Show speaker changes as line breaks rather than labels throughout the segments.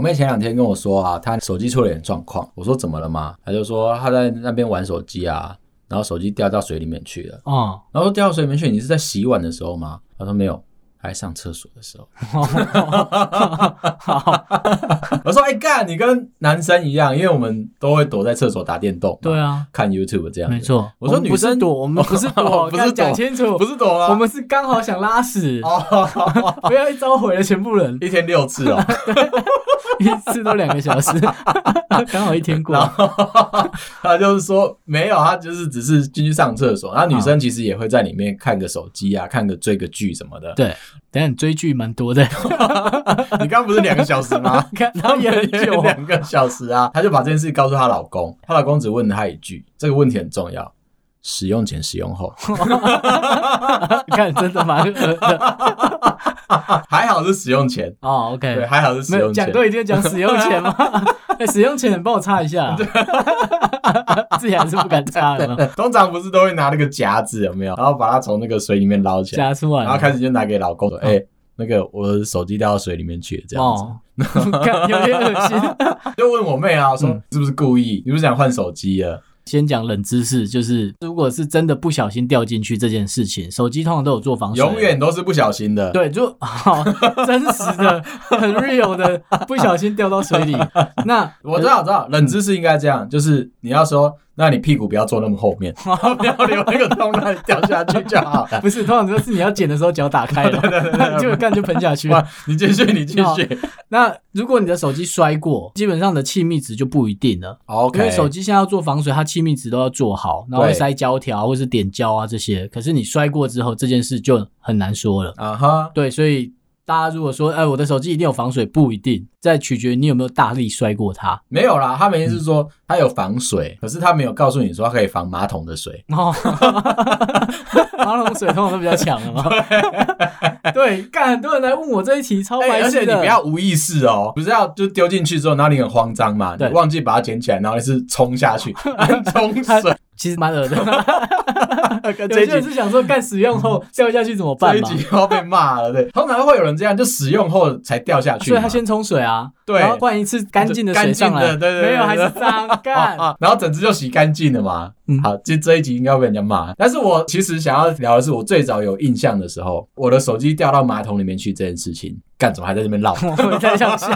妹前两天跟我说啊，她手机出了点状况。我说怎么了嘛？她就说她在那边玩手机啊，然后手机掉到水里面去了。
哦，
然后说掉到水里面去，你是在洗碗的时候吗？她说没有，还在上厕所的 时候。我说哎干，你跟男生一样，因为我们都会躲在厕所打电动，
对，啊，
看 YouTube 这样子。
没错。
我说
们
女
不是
生
躲，我们不是 躲，
不是
要
躲
讲清楚
不，是躲吗？
我们是刚好想拉屎，
哦，
不要一招毁了全部人，
一天六次哦。
一次都两个小时， 刚好一天过
然。后 他就是说没有，他就是只是进去上厕所。然后女生其实也会在里面看个手机啊，看个追个剧什么的。
对，等一下你追剧蛮多的，？
你刚刚不是两个小时 吗。
看他也很久
两个小时啊。她就把这件事告诉她老公，她老公只问了她一句，这个问题很重要。使用前、使用后，
看真的蛮 恶的
还好是使用前，
哦
对，
，OK，
还好是使
没有
用
讲
前。
都已经讲使用 前吗？哎使用前你帮我擦一下， 自己还是不敢擦 了嘛，
通常不是都会拿那个夹子有没有？然后把它从那个水里面捞起来，
夹出来
然
了。
后开始就拿给老公说：“哎、那个我的手机掉到水里面去了。”这样子，
哦， 看有点恶心。
就问我妹啊，说
嗯
是不是故意？你不是想换手机了？
先讲冷知识，就是如果是真的不小心掉进去这件事情，手机通常都有做防水，
永远都是不小心的。，
哦对，就 好真实的、很 real 的，不小心掉 到水里。那
我知道，我知道，冷知识应该这
嗯
样，就是你要说，那你屁股不要坐那么后 面，不要留那个洞让你掉下去就好了。
不是，通常都是你要捡的时候脚打开 了，就干就喷下去。
哇，你继续，你继续。
那如果你的手机摔过，基本上的气密值就不一定了。
OK，
哦因为手机现在要做防水，它气密值都要做好，然后会
对
塞胶条或是点胶啊这些。可是你摔过之后，这件事就很难说了。
啊哈，
对，所以大家如果说，哎，我的手机一定有防水，不一定，在取决于你有没有大力摔过它。
没有啦，他们意思是说它有防水，可是他没有告诉你说它可以防马桶的水。
哦，马桶水通常都比较强了嘛。 对，干很多人来问哦我这一题，超
哎
白
而且
痴
你
的。
不要无意识哦，不是要就丢进去之后，然后你很慌张嘛，你
对
忘记把它捡起来，然后你是冲下 去， 冲水。
其实蛮恶的。
跟
有
这
些
一集
人是想说，干使用后掉下去怎么
这
办
一
嘛？
集要被骂了， 对，通常会有人这样，就使用后才掉下去
所
嘛，
以他先冲水啊，
对
然后换一次干净的水上来，
干净的对对对
没有还是脏 干。
啊啊然后整只就洗干净了嘛。
嗯
好，这这一集应该被人家骂。但是我其实想要聊的是，我最早有印象的时候，我的手机掉到马桶里面去这件事情，干怎么还在 这边唠？。
我在想想，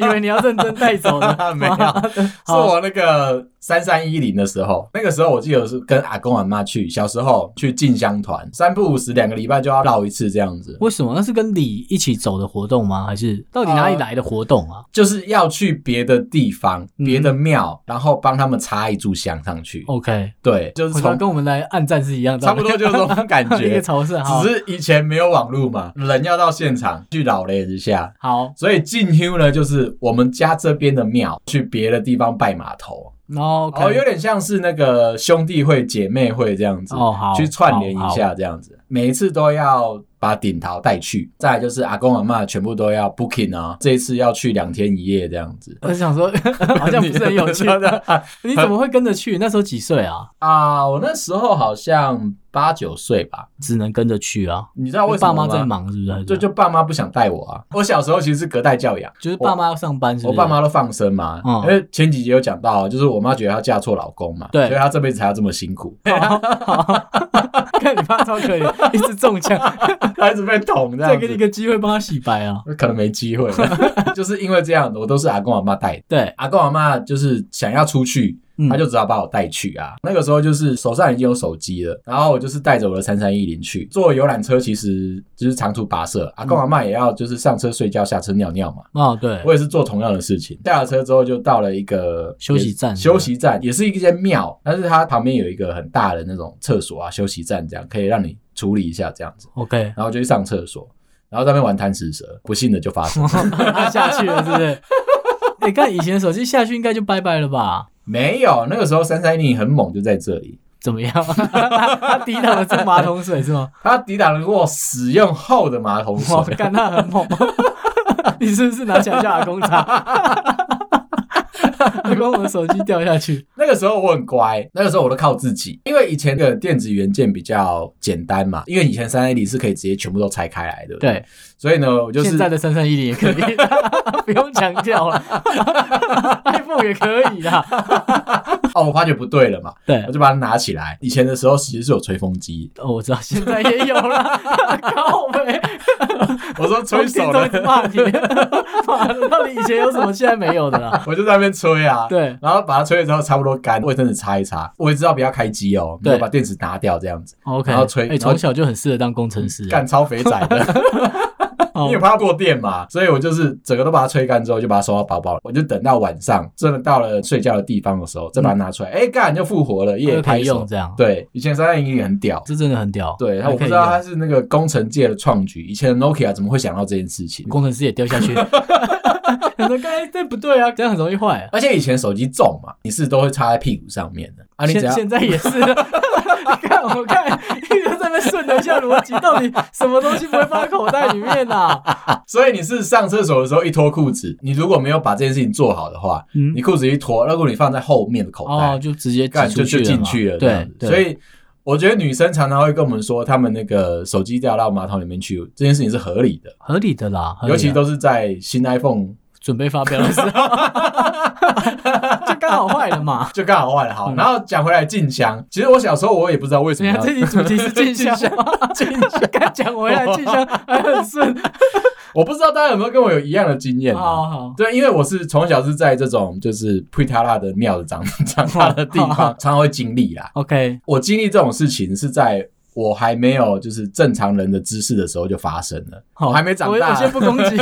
以为你要认真带走 呢
没有，是
好
我那个三三一零的时候，那个时候我记得是跟阿公阿妈去，小时候去进香团，三不五时两个礼拜就要绕一次这样子，
为什么？那是跟你一起走的活动吗？还是到底哪里来的活动啊？
就是要去别的地方、
嗯
别的庙，然后帮他们插一炷香上去。
OK，
对，就是
我觉得
从
跟我们来暗战是一样的，
差不多就是这 种感
一个
觉。
朝圣。好
只是以前没有网络嘛，人要到现场去老雷一下，
好，
所以进修呢，就是我们家这边的庙去别的地方拜码头，
然后
哦，有点像是那个兄弟会、姐妹会这样子，
哦好，
去串联一
好。好
下这样子。每一次都要把顶桃带去，再来就是阿公阿妈全部都要 booking 啊，这一次要去两天一夜这样子。。
我想说，好像不是很有趣你怎么会跟着去？那时候几岁啊？
啊！我那时候好像八九岁吧，
只能跟着去啊。
你知道为什
爸
么
妈
吗？
在忙是不是？
就就爸妈不想带我啊。我小时候其实是隔代教养，
就是爸妈要上班是不
我
是？
爸妈都放生嘛。
嗯
因为前几集有讲到，啊就是我妈觉得她嫁错老公嘛，
对
所以她这辈子才要这么辛苦，
看你爸超可怜，一直中枪，
她一直被捅这
再
样
给你一
子。
个机会帮他洗白啊。
可能没机会了， 就是因为这样，我都是阿公阿妈带的。
对，
阿公阿妈就是想要出去，
嗯
他就只好把我带去啊。那个时候就是手上已经有手机了，然后我就是带着我的三三一零去坐游览车，其实就是长途跋涉，阿公阿妈也要就是上车睡觉，下车尿尿嘛。
哦对，
我也是做同样的事情，下了车之后就到了一个
休息站
也休息站也是一间庙，但是它旁边有一个很大的那种厕所啊，休息站这样可以让你处理一下这样子，
OK，
然后就去上厕所，然后在那边玩贪吃蛇，不幸的就发生了，
他下去了是不是？ 你看以前手机下去应该就拜拜了吧？
没有，那个时候三三一零很猛，就在这里。
怎么样？ 他抵挡了这马桶水是吗？
他抵挡得过使用后的马桶
哇，
水，
干他很 猛！你是不是拿起来叫阿公擦？阿光我的手机掉下去。
那个时候我很乖，那个时候我都靠自己，因为以前的电子元件比较简单嘛，因为以前三 A 里是可以直接全部都拆开来的，，
对，
所以呢，我就是
现在的三三一零也可以， 不用强 调了。iPhone 也可以啦。
哦，我发觉不对了嘛，
对
我，就把它拿起来。以前的时候其实是有吹风机，
哦，我知道，现在也有 了。靠呗，
我说吹手
都一
的，
直 骂你，妈的，到底以前有什么现在没有的啦？
我就在那边吹啊，
对，
然后把它吹了之后差不多干，卫生纸擦一擦，我也知道不要开机哦，
对
就把电池拿掉这样子，
OK，
然后吹
哎，
然后
从小就很适合当工程师啊。
干超肥仔 的，
哦
因为怕过电嘛，所以我就是整个都把它吹干之后就把它收到包包了，我就等到晚上真的到了睡觉的地方的时候再把它拿出来，哎干就复活了，
也
耶
嗯可
拍
以
手
用，这样，
对，以前三三零零很屌。
这真的很屌。
对，然后
还
我不
可以
知道
用
它是那个工程界的创举，以前的 Nokia 怎么会想到这件事情？
工程师也掉下去。 很多该这不对啊，这样很容易坏、啊。
而且以前手机重嘛，你是都会插在屁股上面的啊。你只
现
要
现在也是，啊 你看我看，一直在那边顺了一下逻辑，到底什么东西不会放在口袋里面啊？
所以你是上厕所的时候一脱裤子，你如果没有把这件事情做好的话，
嗯
你，裤子一脱，如果你放在后面的口
哦，
袋，
就直接
干、
挤
就
出
就
去
进
嘛
去了这样
对
子，，
对
所以。我觉得女生常常会跟我们说，她们那个手机掉到马桶里面去，这件事情是合理的，
合理的啦，合理啊
尤
的
其都是在新 iPhone
准备发表的时候， 就刚好坏了嘛。
就刚好换了好。
嗯
然后讲回来静香，其实我小时候我也不知道为什
对
么
啊，
要
这题主题是静香，静 香，刚讲回来静香还很顺，
我不知道大家有没有跟我有一样的经验、啊。
好好，
对，因为我是从小是在这种就是普塔拉的庙的长 长大的地方，常常会经历啦。
，OK，
我经历这种事情是在我还没有就是正常人的知识的时候就发生了，
好，
我还没长
我我
大
先。不攻 击，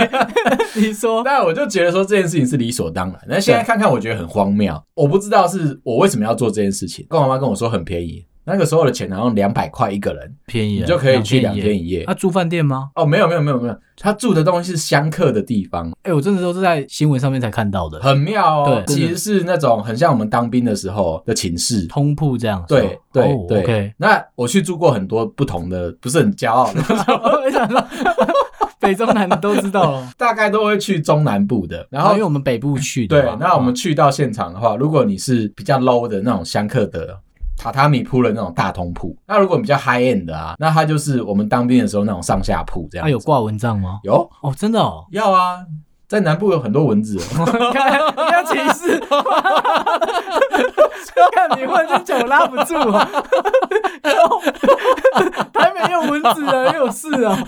你说，
但我就觉得说这件事情是理所当然。那现在看看，我觉得很荒谬。我不知道是我为什么要做这件事情。跟我妈跟我说很便宜，那个时候的钱好像两百块一个人，
便宜
你
了
就可以去两
一夜
天一夜
啊，。住饭店吗？
哦，没有没有没有没有，他住的东西是相克的地方，
哎、我真的都是在新闻上面才看到的，
很妙哦。
对
其实是那种很像我们当兵的时候的寝室，
通铺这样。
对
是吧
对
哦
对
OK，
那我去住过很多不同的，不是很骄傲的，
我没想到北中南都知道了。
大概都会去中南部的。然
然后
后
因为我们北部去
对
的嘛，，嗯
那我们去到现场的话，如果你是比较 low 的那种香客的榻榻米铺的那种大通铺，那如果比较 high end 的啊，那它就是我们当兵的时候那种上下铺这
他、
样子。
啊有挂蚊帐吗？
有，
哦，真的哦
要啊，在南部有很多蚊子哦。
你看不要歧视， 看你问这酒拉不住啊， 台北有蚊子啊，又有事啊，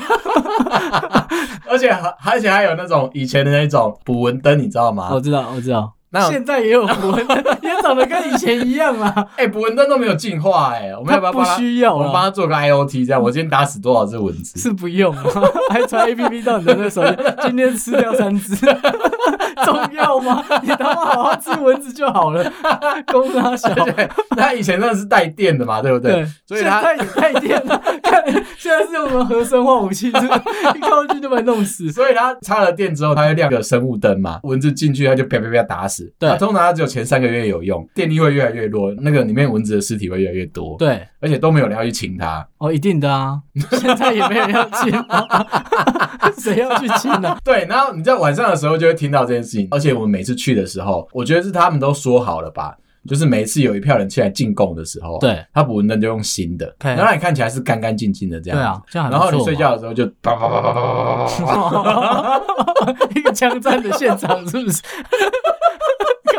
而且还而且还有那种以前的那种捕蚊灯，你知道吗？
我知道我知道，
那种
哦现在也有蚊， 也长得跟以前一样啊，
哎、捕蚊灯都没有进化哎、我们要不要
不
帮它？
需要啊
我们
了
帮。它做个 IOT 这样，我今天打死多少只蚊子？
是不用啊，还 传 A P P 到你的那手机，今天吃掉三只， 重要吗？你他妈好好吃蚊子就好了， 公 拉小。
而且它以前那是带电的嘛，对不对？
对，
所以
现
它
在也太电了， 看现在是用什么核生化武器，就是一靠近就把你弄死。
所以它插了电之后，它会亮个生物灯嘛，蚊子进去它就啪啪啪打死。
对
它通常它只有前三个月有用，电力会越来越弱，那个里面蚊子的尸体会越来越多，
对，
而且都没有人要去清它。
哦，一定的啊，现在也没人要亲啊， 谁要去亲 呢、啊？
对，然后你在晚上的时候就会听到这件事情，而且我们每次去的时候，我觉得是他们都说好了吧，就是每次有一票人进来进贡的时候，
对，
他捕蚊灯就用新的，
OK
然后让你看起来是干干净净的这
对
样。
啊，这样还
然后
不
你
错
睡
嘛。
觉的时候就啪啪啪啪啪啪啪啪啪，哦
一个枪战的现场是不是？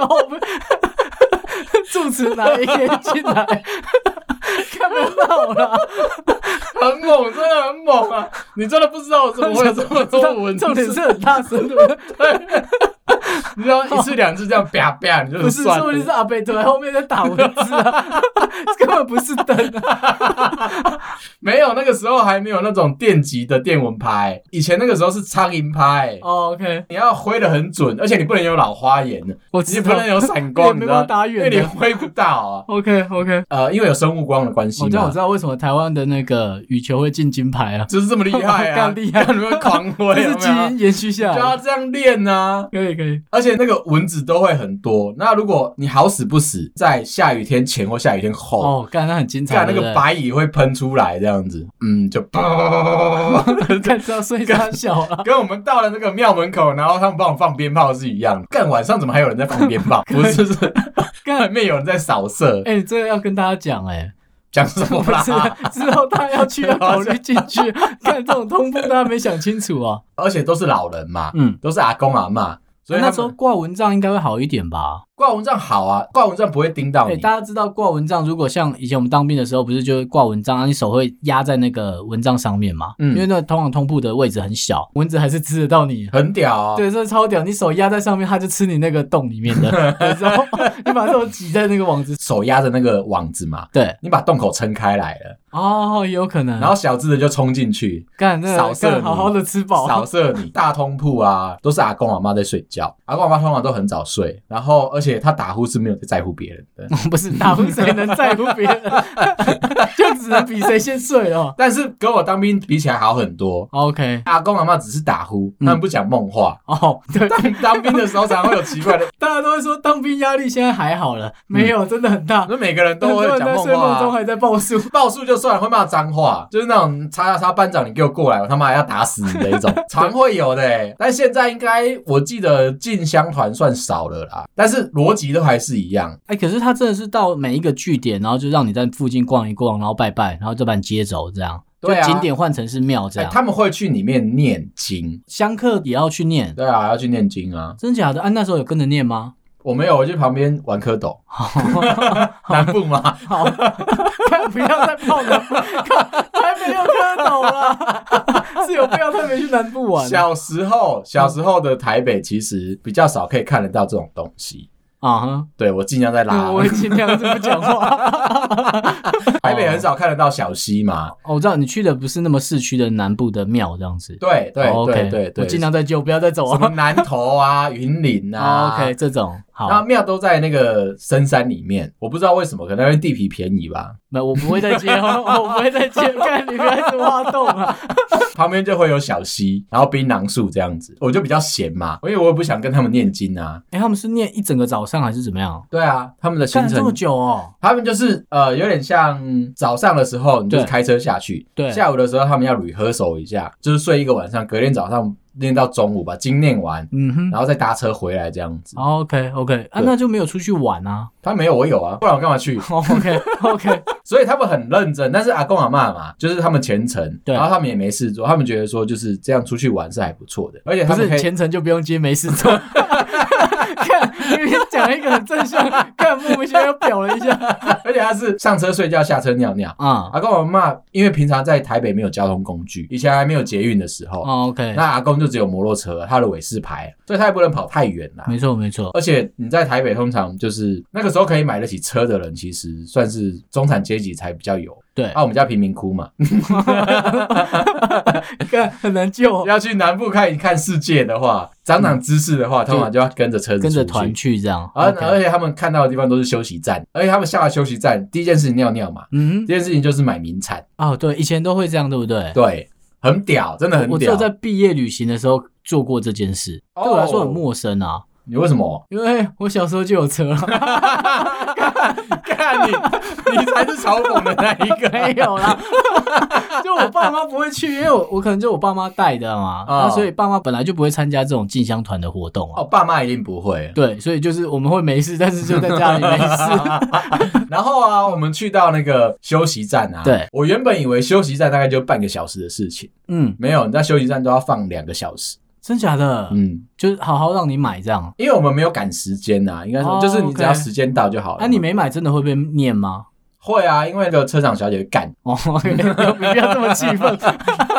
靠背， 住持拿 AK 进来， 看不到啦。
很猛，真的很猛啊！你真的不知道我怎么会有这么多蚊子
重点是很大声的，
你知道一次两次这样啪啪，你就
不
很
是，
酸
说不定
了
是阿北躲在后面在打蚊子啊， 根本不是灯啊。
没有那个时候还没有那种电极的电蚊拍，以前那个时候是苍蝇拍。
哦 OK，
你要挥的很准，而且你不能有老花眼，
我
你
知
不
道
能。有闪光，你
你也没
知
办法
道
打远
因为你
的
挥不到啊。
OK OK，
呃，因为有生物光的关系
我知哦道我
嘛
知，道为什么台湾的那个羽球会进 金牌啊，
就是这么厉害啊，
干厉害
你们狂挥，
这
有
是
啊没
基
有
因延续下
就
来
要
的。
这样练啊！
可以可以，
而且那个个蚊子都会很多。那如果你好死不死在下雨天前或下雨天后，
哦，干，那很精彩，
看、那个白蚁会喷出来，这样子，嗯， 就 啪，
干知道睡他小啊了。
跟我们到了那个庙门口，然后他们帮我放鞭炮是一样的。干晚上怎么还有人在放鞭 炮？不是，是
干
外面有人在扫 射，
哎、这个要跟大家讲哎、
讲什么
不是啊
啦？
之后他要去要考虑进 去，看这种通铺，大家没想清楚啊。
而且都是老人嘛，
嗯，
都是阿公阿妈，所以他
那
们
时候挂蚊帐应该会好一点吧？
挂蚊帐好啊，挂蚊帐不会叮到
哎、
你。
大家知道挂蚊帐，如果像以前我们当兵的时候，不是就挂蚊帐，你手会压在那个蚊帐上面嘛？
嗯
因为那通常通铺的位置很小，蚊子还是吃得 到你。
很屌啊、
对，这超屌！你手压在上面，它就吃你那个洞里面的， 然后 你把手挤在那个网子。
手压着那个网子嘛，
对，
你把洞口撑开来了，
哦，有可能。
然后小只的就冲进去。
干那
扫
个
射
干
你
好好的吃饱，
扫射你， 大通铺啊，都是阿公阿妈在睡觉，阿公阿妈通常都很早睡，然后而且他打呼是没有在在乎别人的，
不是打呼谁能在乎别人，就只能比谁先睡哦。
但是跟我当兵比起来好很多。
OK，
阿公阿妈只是打呼，
嗯
他们不讲梦 话。
哦，对，
但当兵的时候常常会有奇怪的，
大家都会说当兵压力现在还好了，没有，真的很 大。
那每个人都会
很多人
讲
在睡
梦话
梦
啊、
中还在报数，
报数就算了，会骂脏话，就是那种叉叉叉班长，你给我过来，我他妈要打死你的一种， 常会有的、欸。但现在应该我记得进香团算少了啦，但是逻辑都还是一样。
哎、可是他真的是到每一个据点，然后就让你在附近逛一逛，然后拜拜，然后再把你接走，这样。
对啊
就景点换成是庙这
哎、
样。
他们会去里面念经，
香客也要去念，
对啊，要去念经啊。
真假的？啊，那时候有跟着念吗？
我没有，我去旁边玩蝌 蚪，南部嘛，
好， 看不要再泡南部， 看还没有蝌蚪啦， 是有必要特别去南部玩啊
小时候，小时候的台北其实比较少可以看得到这种东西。
哈？
对我尽量在拉
嗯，我，会尽量是不讲话。
台北很少看得到小溪嘛。
哦，我知道你去的不是那么市区的南部的庙这样子。
对对
哦，OK，
对对对，
我尽量再救，不要再走
什么
啊。
南投啊、云林
哦
啊。
OK，这种
那
好，
庙都在那个深山里面，我不知道为什么，可能因为地皮便宜吧，
那我不会再接 哦，我不会再接，看你不要一直挖洞 啊。
旁边就会有小溪，然后槟榔树这样子，我就比较闲嘛，因为我也不想跟他们念经啊。
哎，他们是念一整个早上还是怎么样？
对啊，他们的行
干这么
程，
久哦，
他们就是呃，有点像早上的时候，你就是
对
开车下去，
对
下午的时候他们要 rehearsal 一下，就是睡一个晚上，隔天早上练到中午把经念完，
嗯哼。
然后再搭车回来这样子。
哦 OK OK，啊，
对
那就没有出去玩 啊。
他没有，我有啊，不然我干嘛去？
OK OK，
所以他们很认真，但是阿公阿妈嘛，就是他们虔诚，
对
然后他们也没事做，他们觉得说就是这样出去玩是还不错的，而且
不
他们
是
可以
虔诚就不用接，没事 做。 看，明明讲一个很正向，看莫名其妙又表了一下。
而且他是上车睡觉，下车尿尿。
啊、
阿公阿妈因为平常在台北没有交通工具，以前还没有捷运的时候，
哦 OK，
那阿公就只有摩托车，他的尾是牌，所以他也不能跑太远啦。
没错没错。
而且你在台北通常就是那个时候可以买得起车的人，其实算是中产阶级才比较有。
对
啊，，我们家贫民窟嘛，
看很难 救，哦
要去南部看一看世界的话，长长知识的话，通常就要跟着车子
嗯跟
出
着
去
团去这样。
而
OK
而且他们看到的地方都是休息站，而且他们下了休息站，第一件事情尿尿嘛，
嗯
第一件事情就是买名产，
哦，对，以前都会这样，对不对？
对，很屌，真的很
我只
屌
有。在毕业旅行的时候做过这件事，
哦
对我来说很陌生啊，
你为什 么？
因为我小时候就有车了，
看你，你才是嘲讽的那一
没
个。
有啦，就我爸妈不会去，因为我我可能就我爸妈带的嘛，
哦
那所以爸妈本来就不会参加这种进香团的活动啊
哦，。爸妈一定不会。
对，所以就是我们会没事，但是就在家里没 事。
然后啊，我们去到那个休息站啊，
对
我原本以为休息站大概就半个小时的事情，
嗯，
没有，你在休息站都要放两个小时。
真假的，
嗯，
就是好好让你买这样。
因为我们没有赶时间呐、啊，应该说、
哦
就是你只要
OK
时间到就好了嘛。
啊，你没买真的会被念吗？
会啊？因为那个车长小姐干
哦， 没必要这么气愤。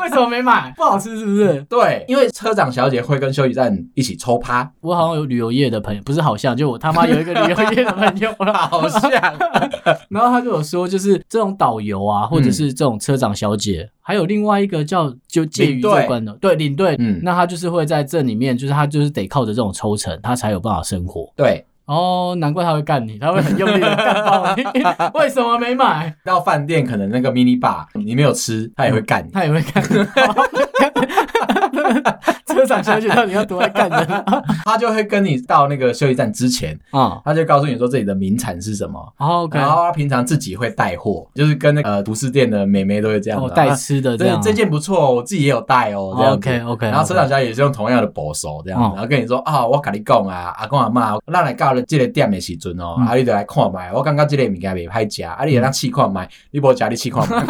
为什么没买？不好吃是不是？
对，因为车长小姐会跟休息站一起抽趴，
我好像有旅游业的朋友，不是好像，就我他妈有一个旅游业的朋友 啦。
好像
然后他就有说，就是这种导游啊，或者是这种车长小姐，还有另外一个叫就介于
领
这
队
关的，对领队，
嗯
那他就是会在这里面，就是他就是得靠着这种抽成，他才有办法生活。
对。
哦，难怪他会干你，他会很用力的干爆你。 为什么没买？
到饭店可能那个 mini bar 你没有吃，他也会干你。
他也会干。 车厂小姐到底要多爱干人啊？
他就会跟你到那个休息站之前，
啊
他就告诉你说这里的名产是什么，
，OK，哦
然后他平常自己会带货，就是跟那个呃服饰店的美眉都会这样子
我
啊
哦带吃的这
这
样，
这件不错哦，我自己也有带哦，这样子。
OK OK，
然后车长小姐也是用同样的保守这样子，
哦
然后跟你说啊，我跟你讲啊，阿公阿妈，咱来到了这个店的时阵哦，
嗯
啊，你就来看卖，我感觉这个物件袂歹食，啊，你来当试看卖，你无食你试看 卖。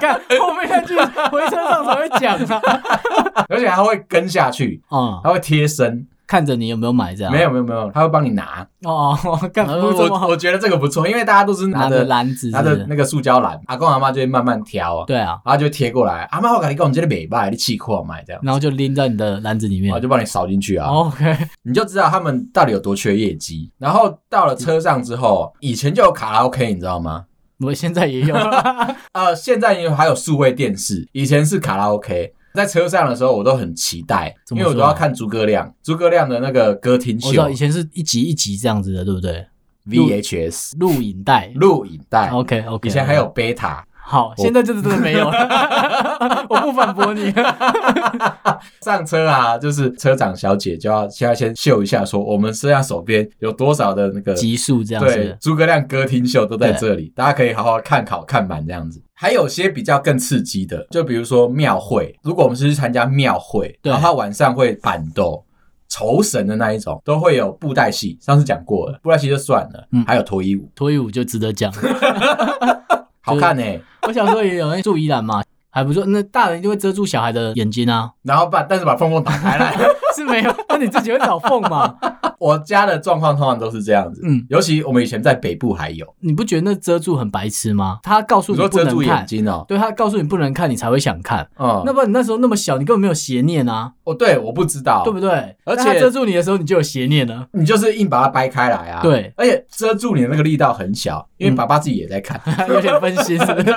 看后面那句回车上才会讲 啊，
而且他会跟下去，
哦，
他会贴身，
看着你有没有买这样，
没有没有没有，他会帮你拿。
哦， 干
然后
不这么
我
好
我觉得这个不错，因为大家都是拿
拿着
着
篮子是
拿
不
着
是，
那个塑胶篮，阿公阿妈就会慢慢挑啊，
对啊，
然后就贴过来，阿妈我跟你讲，你这个袂歹，你试看卖这样，
然后就拎在你的篮子里面
然后。就帮你扫进去
哦
啊。
OK，
你就知道他们到底有多缺业绩。然后到了车上之后，以前就有卡拉 OK，你知道吗？
我现 在也有，
呃，现在也还有数位电视，以前是卡拉 OK。在车上的时候，我都很期待，
怎
因
么
为
说啊
我都要看诸葛亮，诸葛亮的那个歌厅
我知道
秀
以前是一集一集这样子的，对不对？
VHS
录影带
录影带，
哦，OK OK，
以前还有贝塔，
好，现在就是真的没有 了，我不反驳你。
上车啊，就是车长小姐就要先要先秀一下，说我们车上手边有多少的那个
集数这样
对
子，
诸葛亮歌厅秀都在这里，大家可以好好看考看满这样子。还有些比较更刺激的，就比如说庙会，如果我们是去参加庙会，
对
然后他晚上会板斗。酬神的那一种都会有布袋戏，上次讲过了，布袋戏就算了，
嗯
还有脱衣舞，
脱衣舞就值得讲。
好看欸呢、
我小时候也有人住宜兰嘛，还不错。那大人就会遮住小孩的眼睛啊，
然后把但是把缝缝打开来，
是没有，那你自己会找缝嘛？
我家的状况通常都是这样子，
嗯
尤其我们以前在北部还有，
你不觉得那遮住很白痴吗？他告诉
你
你
说
不
遮住
能
眼
看，
睛哦、
对他告诉你不能看，你才会想看。
嗯，
那不然你那时候那么小，你根本没有邪念啊，
哦对，我不知道，
对不对？
而且
但他遮住你的时候，你就有邪念了。
你就是硬把它掰开来啊。
对，
而且遮住你的那个力道很小，因为
嗯
爸爸自己也在看，
有点分心，是不是？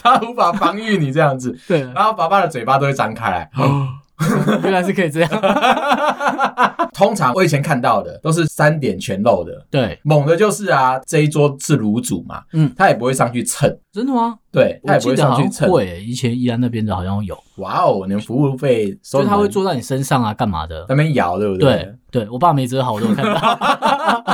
他无法防御你这样子。
对，
然后爸爸的嘴巴都会张开来。
哦原来是可以这样。
啊通常我以前看到的都是三点全露的，
对，
猛的就是啊，这一桌是卤煮嘛，
嗯
他也不会上去蹭，
真的吗？
对他
我
也不
记
会
得
上
好
去
像
蹭。
会、欸以前宜兰那边的好像有，
哇哦，你们服务费
就
收
是
得
他会
蛮
坐在你身上啊，干嘛的？
那边摇，对不
对对，我爸没遮好，我都有看到。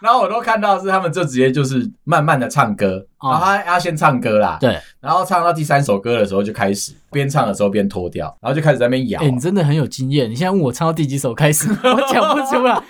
然后我都看到是他们就直接就是慢慢的唱歌，
哦
然后他要先唱歌啦，
对，
然后唱到第三首歌的时候就开始边唱的时候边脱掉，然后就开始在那边摇
哎、。你真的很有经验。你现在问我唱到第几首开始， 我讲不出来。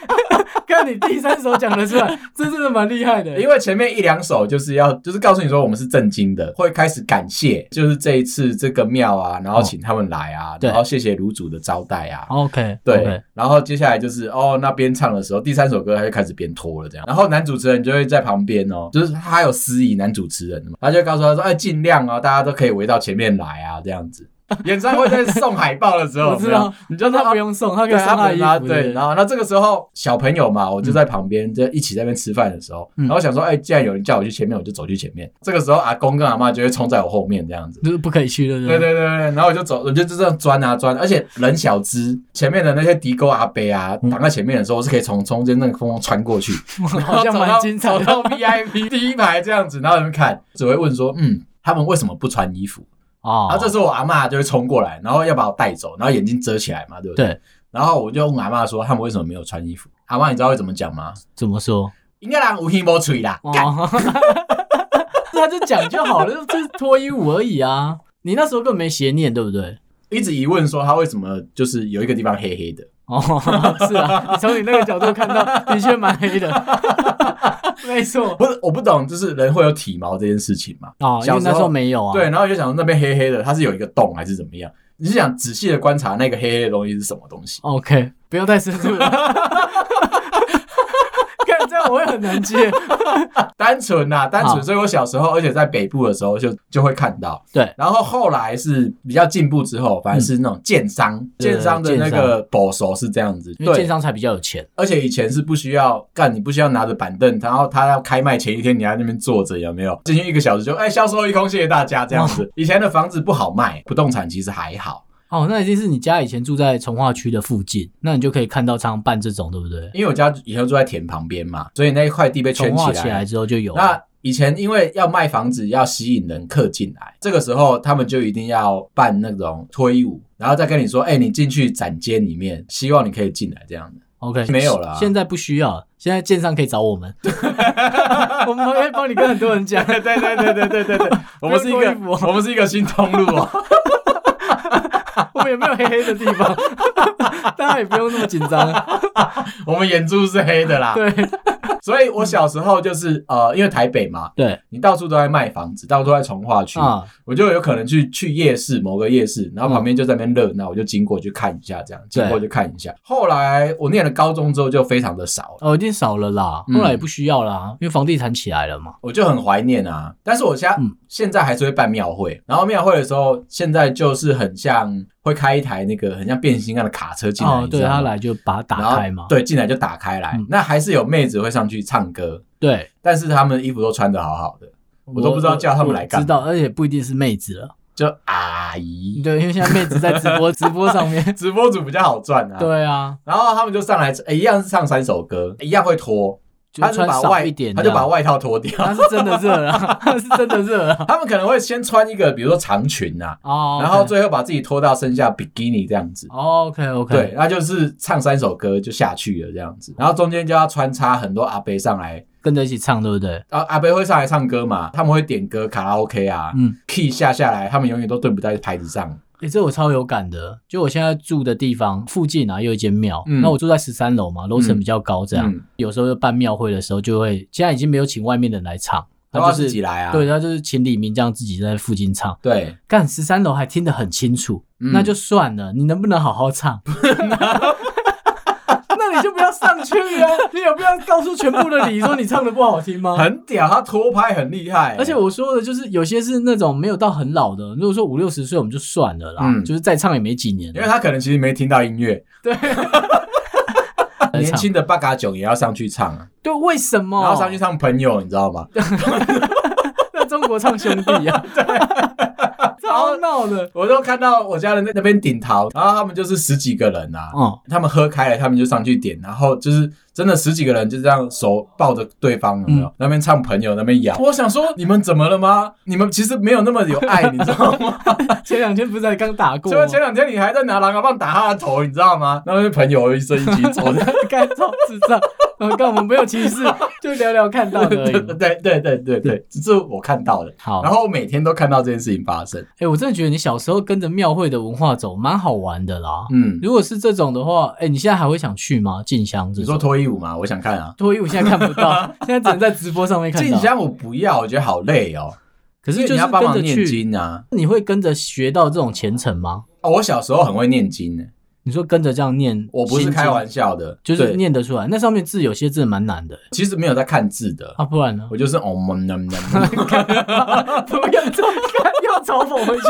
看你第三首讲得出来，这真的蛮厉害的。
因为前面一两首就是要，就是告诉你说我们是震惊的，会开始感谢，就是这一次这个庙啊，然后请他们来啊，
哦对
然后谢谢卤主的招待啊，
OK，
对
OK
然后接下来就是哦，那边唱的时候，第三首歌他就开始边拖了这样，然后男主持人就会在旁边哦，就是他还有司仪男主持人嘛，他就告诉他说，哎，尽量啊，大家都可以围到前面来啊，这样子。演唱会在送海报的时候，
我知道
有没有，你就
他
说
不用送，他可以
对，
送他的
本
衣
来
服。
对，然后那这个时候小朋友嘛，我就在旁边，就一起在那边吃饭的时候，
嗯
然后想说，哎，既然有人叫我去前面，我就走去前面。这个时候阿公跟阿妈就会冲在我后面这样子。
就是不可以去了，
对
对
对对对，对然后我就走，我就就这样钻啊钻，而且人小只，前面的那些迪沟阿伯啊，
嗯
挡在前面的时候，我是可以从中间那个缝缝穿 过去，
不对，
然
好
后
像
走
蛮
到
精彩
走
的
到 VIP 第一排这样子，然后你们看，只会问说，嗯，他们为什么不穿衣服？
哦
然后这时候我阿嬷就会冲过来，然后要把我带走，然后眼睛遮起来嘛，对不对？
对
然后我就问阿嬷说，他们为什么没有穿衣服？阿嬷你知道会怎么讲吗？
怎么说？
应该人有心无嘴啦，
哦
干，
那就讲就好了，就是脱衣舞而已啊。你那时候根本没邪念，对不对？
一直疑问说他为什么就是有一个地方黑黑的，
哦， 是啊，你从你那个角度看到，的确蛮黑的， 没错。
不是我不懂，就是人会有体毛这件事情嘛？
哦，因
小
为
时
那时
候
候没有啊。
对，，然后我就想说那边黑黑的，它是有一个洞还是怎么样？你是想仔细的观察那个黑黑的东西是什么东西？
OK，不要太深入 了。看这样我会很难接。
单纯呐、单
好
纯，所以我小时候，而且在北部的时候就就会看到。
对，
然后后来是比较进步之后，反正是那种建商，
对
建商的那个保手是这样子，
嗯因为
对
建，商才比较有钱。
而且以前是不需要干，你不需要拿着板凳，然后他要开卖前一天你还在那边坐着，有没有？进去一个小时就哎销售一空，谢谢大家这样子。以前的房子不好卖，不动产其实还好。
哦，那一定是你家以前住在从化区的附近，那你就可以看到常常办这种，对不对？
因为我家以前住在田旁边嘛，所以那一块地被圈
从化
起
起来
来。
之后就有了。
那以前因为要卖房子，要吸引人客进来，这个时候他们就一定要办那种推舞，然后再跟你说：“哎、你进去展间里面，希望你可以进来。”这样的，
OK，
没有啦
现在不需要，现在建商可以找我 们，我们可以帮你跟很多人 讲。
对对对对对对 对，我们是一
不
个
用脱衣服哦
我们是一个新通路 哦。
我们也没有黑黑的地 方，大家也不用那么紧张。
我们眼珠是黑的啦。
对
所以我小时候就是呃，因为台北嘛，
对
你到处都在卖房子，到处都在从化区，
啊，
我就有可能去去夜市某个夜市，然后旁边就在那边热闹，我就经过去看一下，这样经过去看一下。后来我念了高中之后就非常的少了，
哦，已经少了啦，
嗯
后来也不需要啦，因为房地产起来了嘛。
我就很怀念啊。但是我现在、
嗯
现在还是会办庙会，然后庙会的时候，现在就是很像会开一台那个很像变形金刚的卡车进来，
哦，
你
对
知道吗
他来就把它
然后
打开嘛。
对，进来就打开来。
嗯
那还是有妹子会上去唱歌，
对，
但是她们衣服都穿的好好的，
我
都不知道叫他们来干嘛
我知道，而且不一定是妹子了。
就阿姨。
对，因为现在妹子在直播直播 上面。
直播主比较好赚啊，
对啊，
然后他们就上来，诶一样是唱三首歌，一样会脱，
就
他就
穿
把
少
外
一点，啊
他就把。外套脱掉。
他是真的 热了，他是真的热了。
他们可能会先穿一个，比如说长裙啊，
哦，
然后最后把自己脱到剩下比基尼这样子。
OK OK，
对，那就是唱三首歌就下去了这样子，然后中间就要穿插很多阿伯上来，
跟着一起唱，对不对？
啊阿伯会上来唱歌嘛，他们会点歌卡拉 OK 啊、
嗯，
k e y 下下来，他们永远都对不在拍子上。
诶、这我超有感的。就我现在住的地方附近啊，有一间庙。
嗯
那我住在十三楼嘛，楼层比较高，这样、
嗯
有时候办庙会的时候，就会现在已经没有请外面的人来唱，
都要
他就
自
是
己来啊。
对，他就是请李明这样自己在附近唱。
对，
干十三楼还听得很清楚，
嗯
那就算了。你能不能好好唱？ 那你就不要上去啊！你有必要告诉全部的你说你唱的不好听吗？
很屌，他脱拍很厉害、
而且我说的就是有些是那种没有到很老的，如果说五六十岁我们就算了啦，
嗯
就是再唱也没几年
因
了
为。他可能其实没听到音乐，
对，来
年
唱哦
轻的八嘎囧也要上去唱啊，
对，为什么？
然后上去唱朋友，你知道吗？
在中国唱兄弟啊，超闹的。
我都看到我家人在那边顶桃，然后他们就是十几个人啊，
嗯，
他们喝开了，他们就上去点，然后就是真的十几个人就这样手抱着对方，有没有？
嗯
那边唱朋友，那边摇。我想说，你们怎么了吗？你们其实没有那么有爱，你知道 吗？
前两天不是才刚打过
结
吗
果？前两天你还在拿狼牙棒打他的头，你知道吗？那边朋友一生一起走的。
干超智障，我看我们没有歧视，就聊聊看到的而
对
已。
对对对对对，这是我看到的。
好，
然后我每天都看到这件事情发生。
哎、我真的觉得你小时候跟着庙会的文化走，蛮好玩的啦。
嗯，
如果是这种的话，哎、你现在还会想去吗？进香这
你说
种？
脱衣舞吗？我想看啊。
脱衣舞现在看不 到，现在只能在直播上面看
静
到。
香我不要，我觉得好累哦。
可是
因为
就
你
是
要帮
跟
忙
着
念
去，
经啊。
你会跟着学到这种虔诚吗？
哦，我小时候很会念经呢，
你说跟着这样念，
我不是开玩
笑，
笑的，
就是
对
念得出来。那上面字有些字蛮难的
其实没有在看字的，
啊，不然 呢？
我就是哦嗯嗯嗯
怎么又 又嘲讽回去？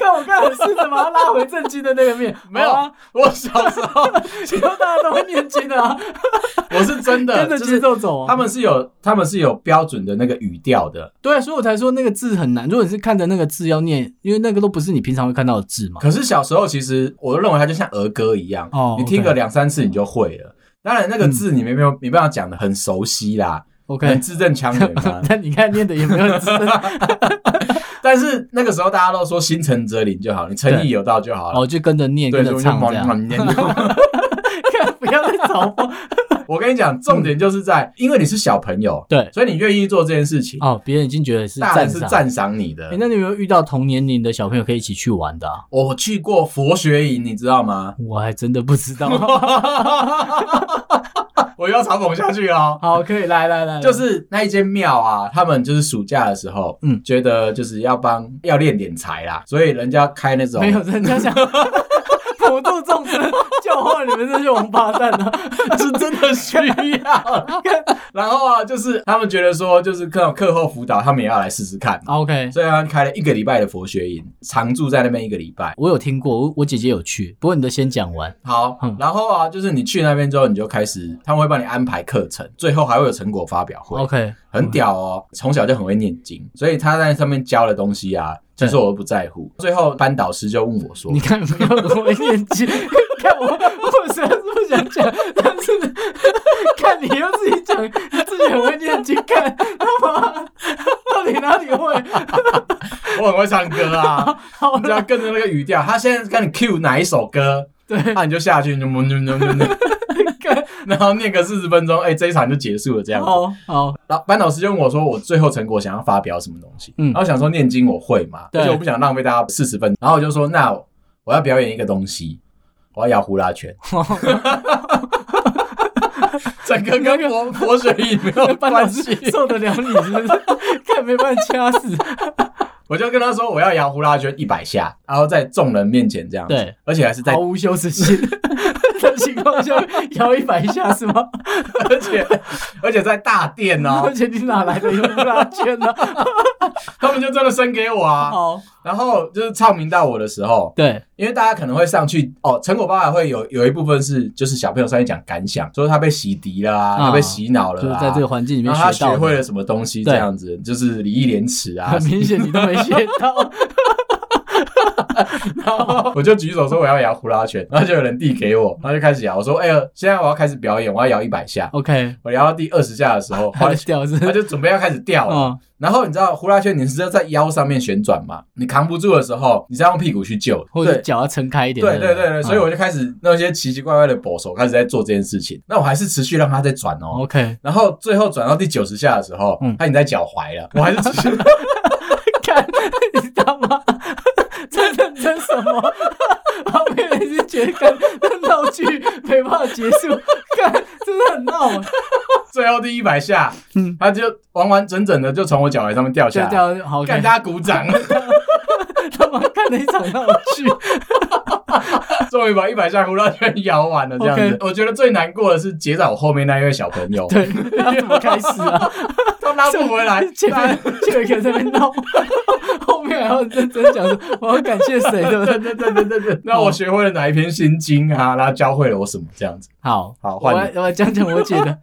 但我刚才试着把他拉回正经的那个面，
没有
好啊，
我小时候
以后大家都会念经的 啊，
我是真 的
跟，着
就
节
是
奏走啊。
他们是有他们是有标准的那个语调的，
对，啊所以我才说那个字很难。如果你是看着那个字要念，因为那个都不是你平常会看到的字嘛。
可是小时候其实我认为它就像儿歌一样
哦，
你听
OK 嗯
个两三次你就会了。当然，那个字你没有没办法讲的很熟悉啦，很
OK，
字正腔圆嘛
。但你看念的也没有 字。
但是那个时候大家都说心诚则灵就好，你诚意有道就好了。
哦，就跟着念，
对，
跟
所以
着
我就
唱这
忙
样。
忙 念念。
看 不要再嘲讽。
我跟你讲，重点就是在，因为你是小朋友，
对，
所以你愿意做这件事情，
哦，别人已经觉得是
大
赞
人是
赏。
赞赏你的
诶。那你有没有遇到同年龄的小朋友可以一起去玩的、啊？
我去过佛学营，你知道吗？
我还真的不知道。
我又要嘲讽下去哦。
好，可以来来来，来
就是那一间庙啊，他们就是暑假的时候，嗯
嗯，
觉得就是要帮要 练点财啦，所以人家开那种
没有人家想普度众生，救笑话你们这些王八蛋啊！
是真的需要。然后啊，就是他们觉得说，就是课课后辅导，他们也要来试试看。
OK，
所以他们开了一个礼拜的佛学营，常住在那边一个礼拜。
我有听过，我我姐姐有去，不过你的先讲完。
好
嗯，
然后啊，就是你去那边之后，你就开始，他们会帮你安排课程，最后还会有成果发表会，
OK，
很屌哦。从小就很会念经，所以他在上面教的东西啊，其实我都不在乎。最后班导师就问我说
你看有没有我演技？ 看我，我实在是不想讲， 但是看你又自己讲，你自己很会念经，看他妈 到底哪里会？：“
我很会唱歌啊，
好
你只要
了，
跟着那个语调。他现在跟你 cue 哪一首歌，
对，
那、你就下去，你就 么么么么么，
看，
然后念个四十分钟，哎、这一场就结束了这样子。
好 好，
然后班导师就问我说，我最后成果想要发表什么东西？
嗯
然后想说念经我会嘛，
对
而且我不想浪费大家四十分钟，然后我就说那我我要表演一个东西，我要摇呼啦圈。整个跟佛佛学也没有
班老
关
师
系，
受得了你是 不是？看没办法掐死。
我就跟他说我要摇呼啦圈一百下，然后在众人面前这样子，
对，
而且还是 在
毫无羞耻 心的情况下摇一百 下是吗？
而且而且在大殿哦
而，且你哪来的用呼啦圈 呢？
他们就真的生给我啊。
好，
然后就是唱名到我的时候，
对，
因为大家可能会上去哦，成果发表会有有一部分是就是小朋友上去讲感想，说他被洗涤啦、
啊
他被洗脑
就
了
是
啦，
在这个环境里面
然后他
学
学
到
会
的
了。什么东西
对
这样子，就是礼义廉耻啊
很。明 显你都没学到，
然后 我就举手说我要摇呼啦圈，然后就有人递给我，然后就开始摇，我说哎呦，现在我要开始表演，我要摇一百下。
OK，
我摇到第二十下的时 候，
他
他
的
就
屌是，
他就准备要开始掉了。
嗯，
然后你知道呼啦圈，你是要在腰上面旋转嘛？你扛不住的时候，你是要用屁股去救的，
或者
对
脚要撑开一点。
对对哦
不
对对，所以
嗯
我就开始那些奇奇怪怪的保手开始在做这件事情，那我还是持续让它在转哦。
OK，
然后最后转到第九十下的时候
嗯，
它已经在脚踝 了，我还是持续。
看你他妈在认 真什么？ 旁边人是觉得看这闹剧没办法结束，看真的很闹，
最后第一百下
嗯，
它就完完整整的就从我脚踝上面掉
就
下
这
来，
样好
看
看。
啊大家鼓 掌，
他妈看了一场闹 剧，
终于把一百下呼啦圈摇完了。这样子，我觉得最难过的是结在我后面那一位小朋友，
对，要怎么开始啊？
他拉不回 来，
前面就有一个人在那边闹， 后面还要认真讲说我要感谢谁，对不
对
对？
对对对对对，那我学会了哪一篇心经啊？然后教会了我什么这样子？
好，
好
我
换你
来我来讲讲我姐的，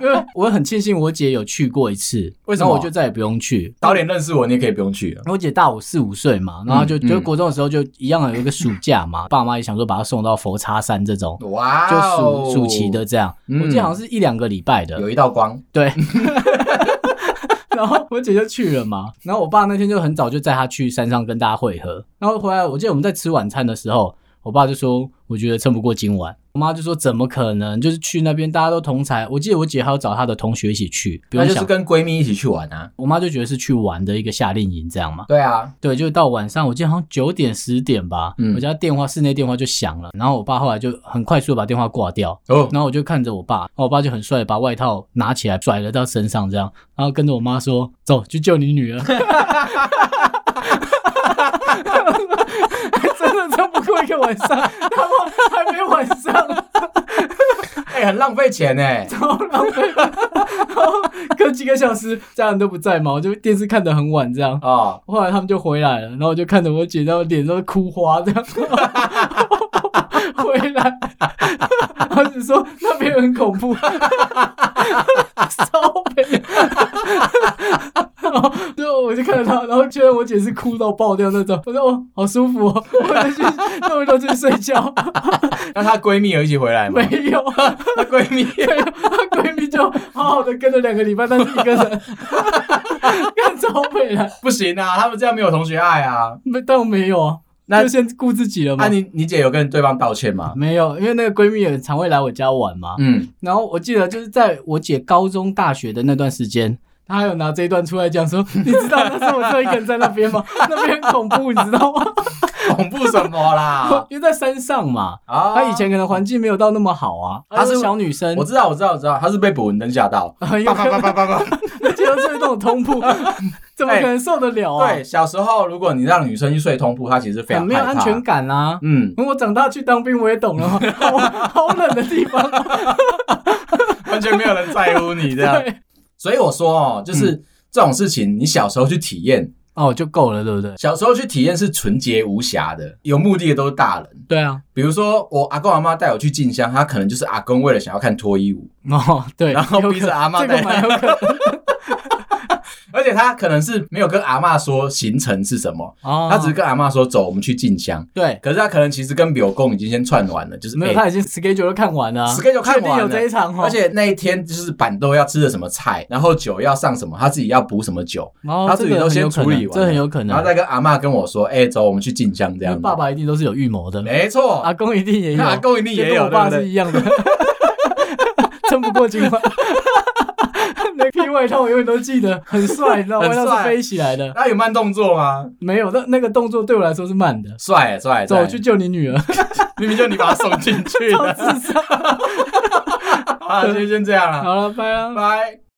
因为我很庆幸我姐有去过一次，
为什
然后
么
我就再也不用去。
早点认识我，你也可以不用去了。啊
我姐大我四五岁嘛，然后就、
嗯
就
嗯
国中的时候就一样有一个暑假嘛，爸妈也想说把她送到佛叉山这种，
哇
就
哦
暑暑期的这样，我记得好像是一两个礼拜的，
有一道光，
对。 然后我姐就去了嘛，然后我爸那天就很早就载她去山上跟大家会合，然后回来，我记得我们在吃晚餐的时候，我爸就说我觉得撑不过今晚，我妈就说怎么可能，就是去那边大家都同才，我记得我姐还有找她的同学一起去，不
那
用
就
想
是，跟闺蜜一起去玩啊。
我妈就觉得是去玩的一个夏令营这样嘛，
对啊，
对，就到晚上，我记得好像九点十点吧，
嗯
我家电话室内电话就响了，然后我爸后来就很快速地把电话挂掉，
哦，
然后我就看着我爸，然后我爸就很帅，把外套拿起来拽了到身上，这样，然后跟着我妈说：“走，去救你女儿。” 真的撑不过一个晚上，他妈还没晚上，
哎、很浪费钱哎、
超浪费。然后隔几个小时，家人都不在嘛，我就电视看得很晚，这样。
哦，
后来他们就回来了，然后我就看着我姐，然后脸都哭花这样。 回来，他就说那边很恐怖， 烧北。然后就我就看着他，然后觉得我姐是哭到爆掉那种。我说哦，好舒服哦，我就去弄一弄去睡觉。
那她闺蜜有一起回来吗
没？有，
她闺蜜
没有，她闺蜜就好好的跟了两个礼拜，但是一个人， 看超北了。
不行啊，他们这样没有同学爱啊。
没，但我没有啊，
那
就先顾自己了
那、
嘛。
你你姐有跟对方道歉吗？
啊没有，因为那个闺蜜也常会来我家玩嘛。
嗯，
然后我记得就是在我姐高中、大学的那段时间，他还有拿这一段出来讲 说，你知道那时候我就一个人在那边吗？那边很恐怖，你知道吗？
恐怖什么 啦？
因为在山上嘛，
啊，
他以前可能环境没有到那么好啊，
他
她
是
是小女生 哎
我，知道，我知道，我知道，他是被捕蚊灯吓到。
很有
叭叭
可能
叭 叭叭叭！
接到这种 通铺，怎么可能受得了啊？
对，小时候如果你让女生去睡通铺，她其实非
很
常
没有
害
安
怕。
全感啊。
嗯，
我长大去当兵，我也懂了， 好好冷的 地方啊。
完全没有人在乎你这样。
对，
所以我说哦，就是
嗯
这种事情，你小时候去体验，
哦，就够了，对不对？
小时候去体验是纯洁无瑕的，有目的的都是大人。
对啊，
比如说，我阿公阿妈带我去进香，他可能就是阿公为了想要看脱衣舞，
哦，对，
然后
有
逼着
可
阿嬷
这个
带
蛮有可能
而且他可能是没有跟阿嬷说行程是什么，
哦
他只是哎跟阿嬷说走，我们去进香。
对，
可是他可能其实跟柳公已经先串完了，就是
没有，
欸
他已经 schedule 都看完了啊
schedule 看完了
确定有这一场哦，
而且那一天就是板豆要吃的什么菜，然后酒要上什么，他自己要补什么酒，
哦
他自己
这个
都先
很有可
处理
能
完
这很有可
然后
能。
再跟阿嬷跟我说：“哎、走，我们去进香这
因
样
为
子。”
爸爸一定都是有预谋的，
没错，
阿公一定也 有，
阿公一定也有，
就跟我爸
对不
是
对
一样的，撑不过今晚。 那披外套我永远都记得，很帅，你知道吗，
很
外
帅
套是飞起来的，
他有慢动作吗？
没有，那那个动作对我来说是慢的。
帅帅，
走
帅
我去，救你女儿，
明明就你把他送进去
超
的。
智障。
好了，今天先这样了，
好了，拜了。啊
拜。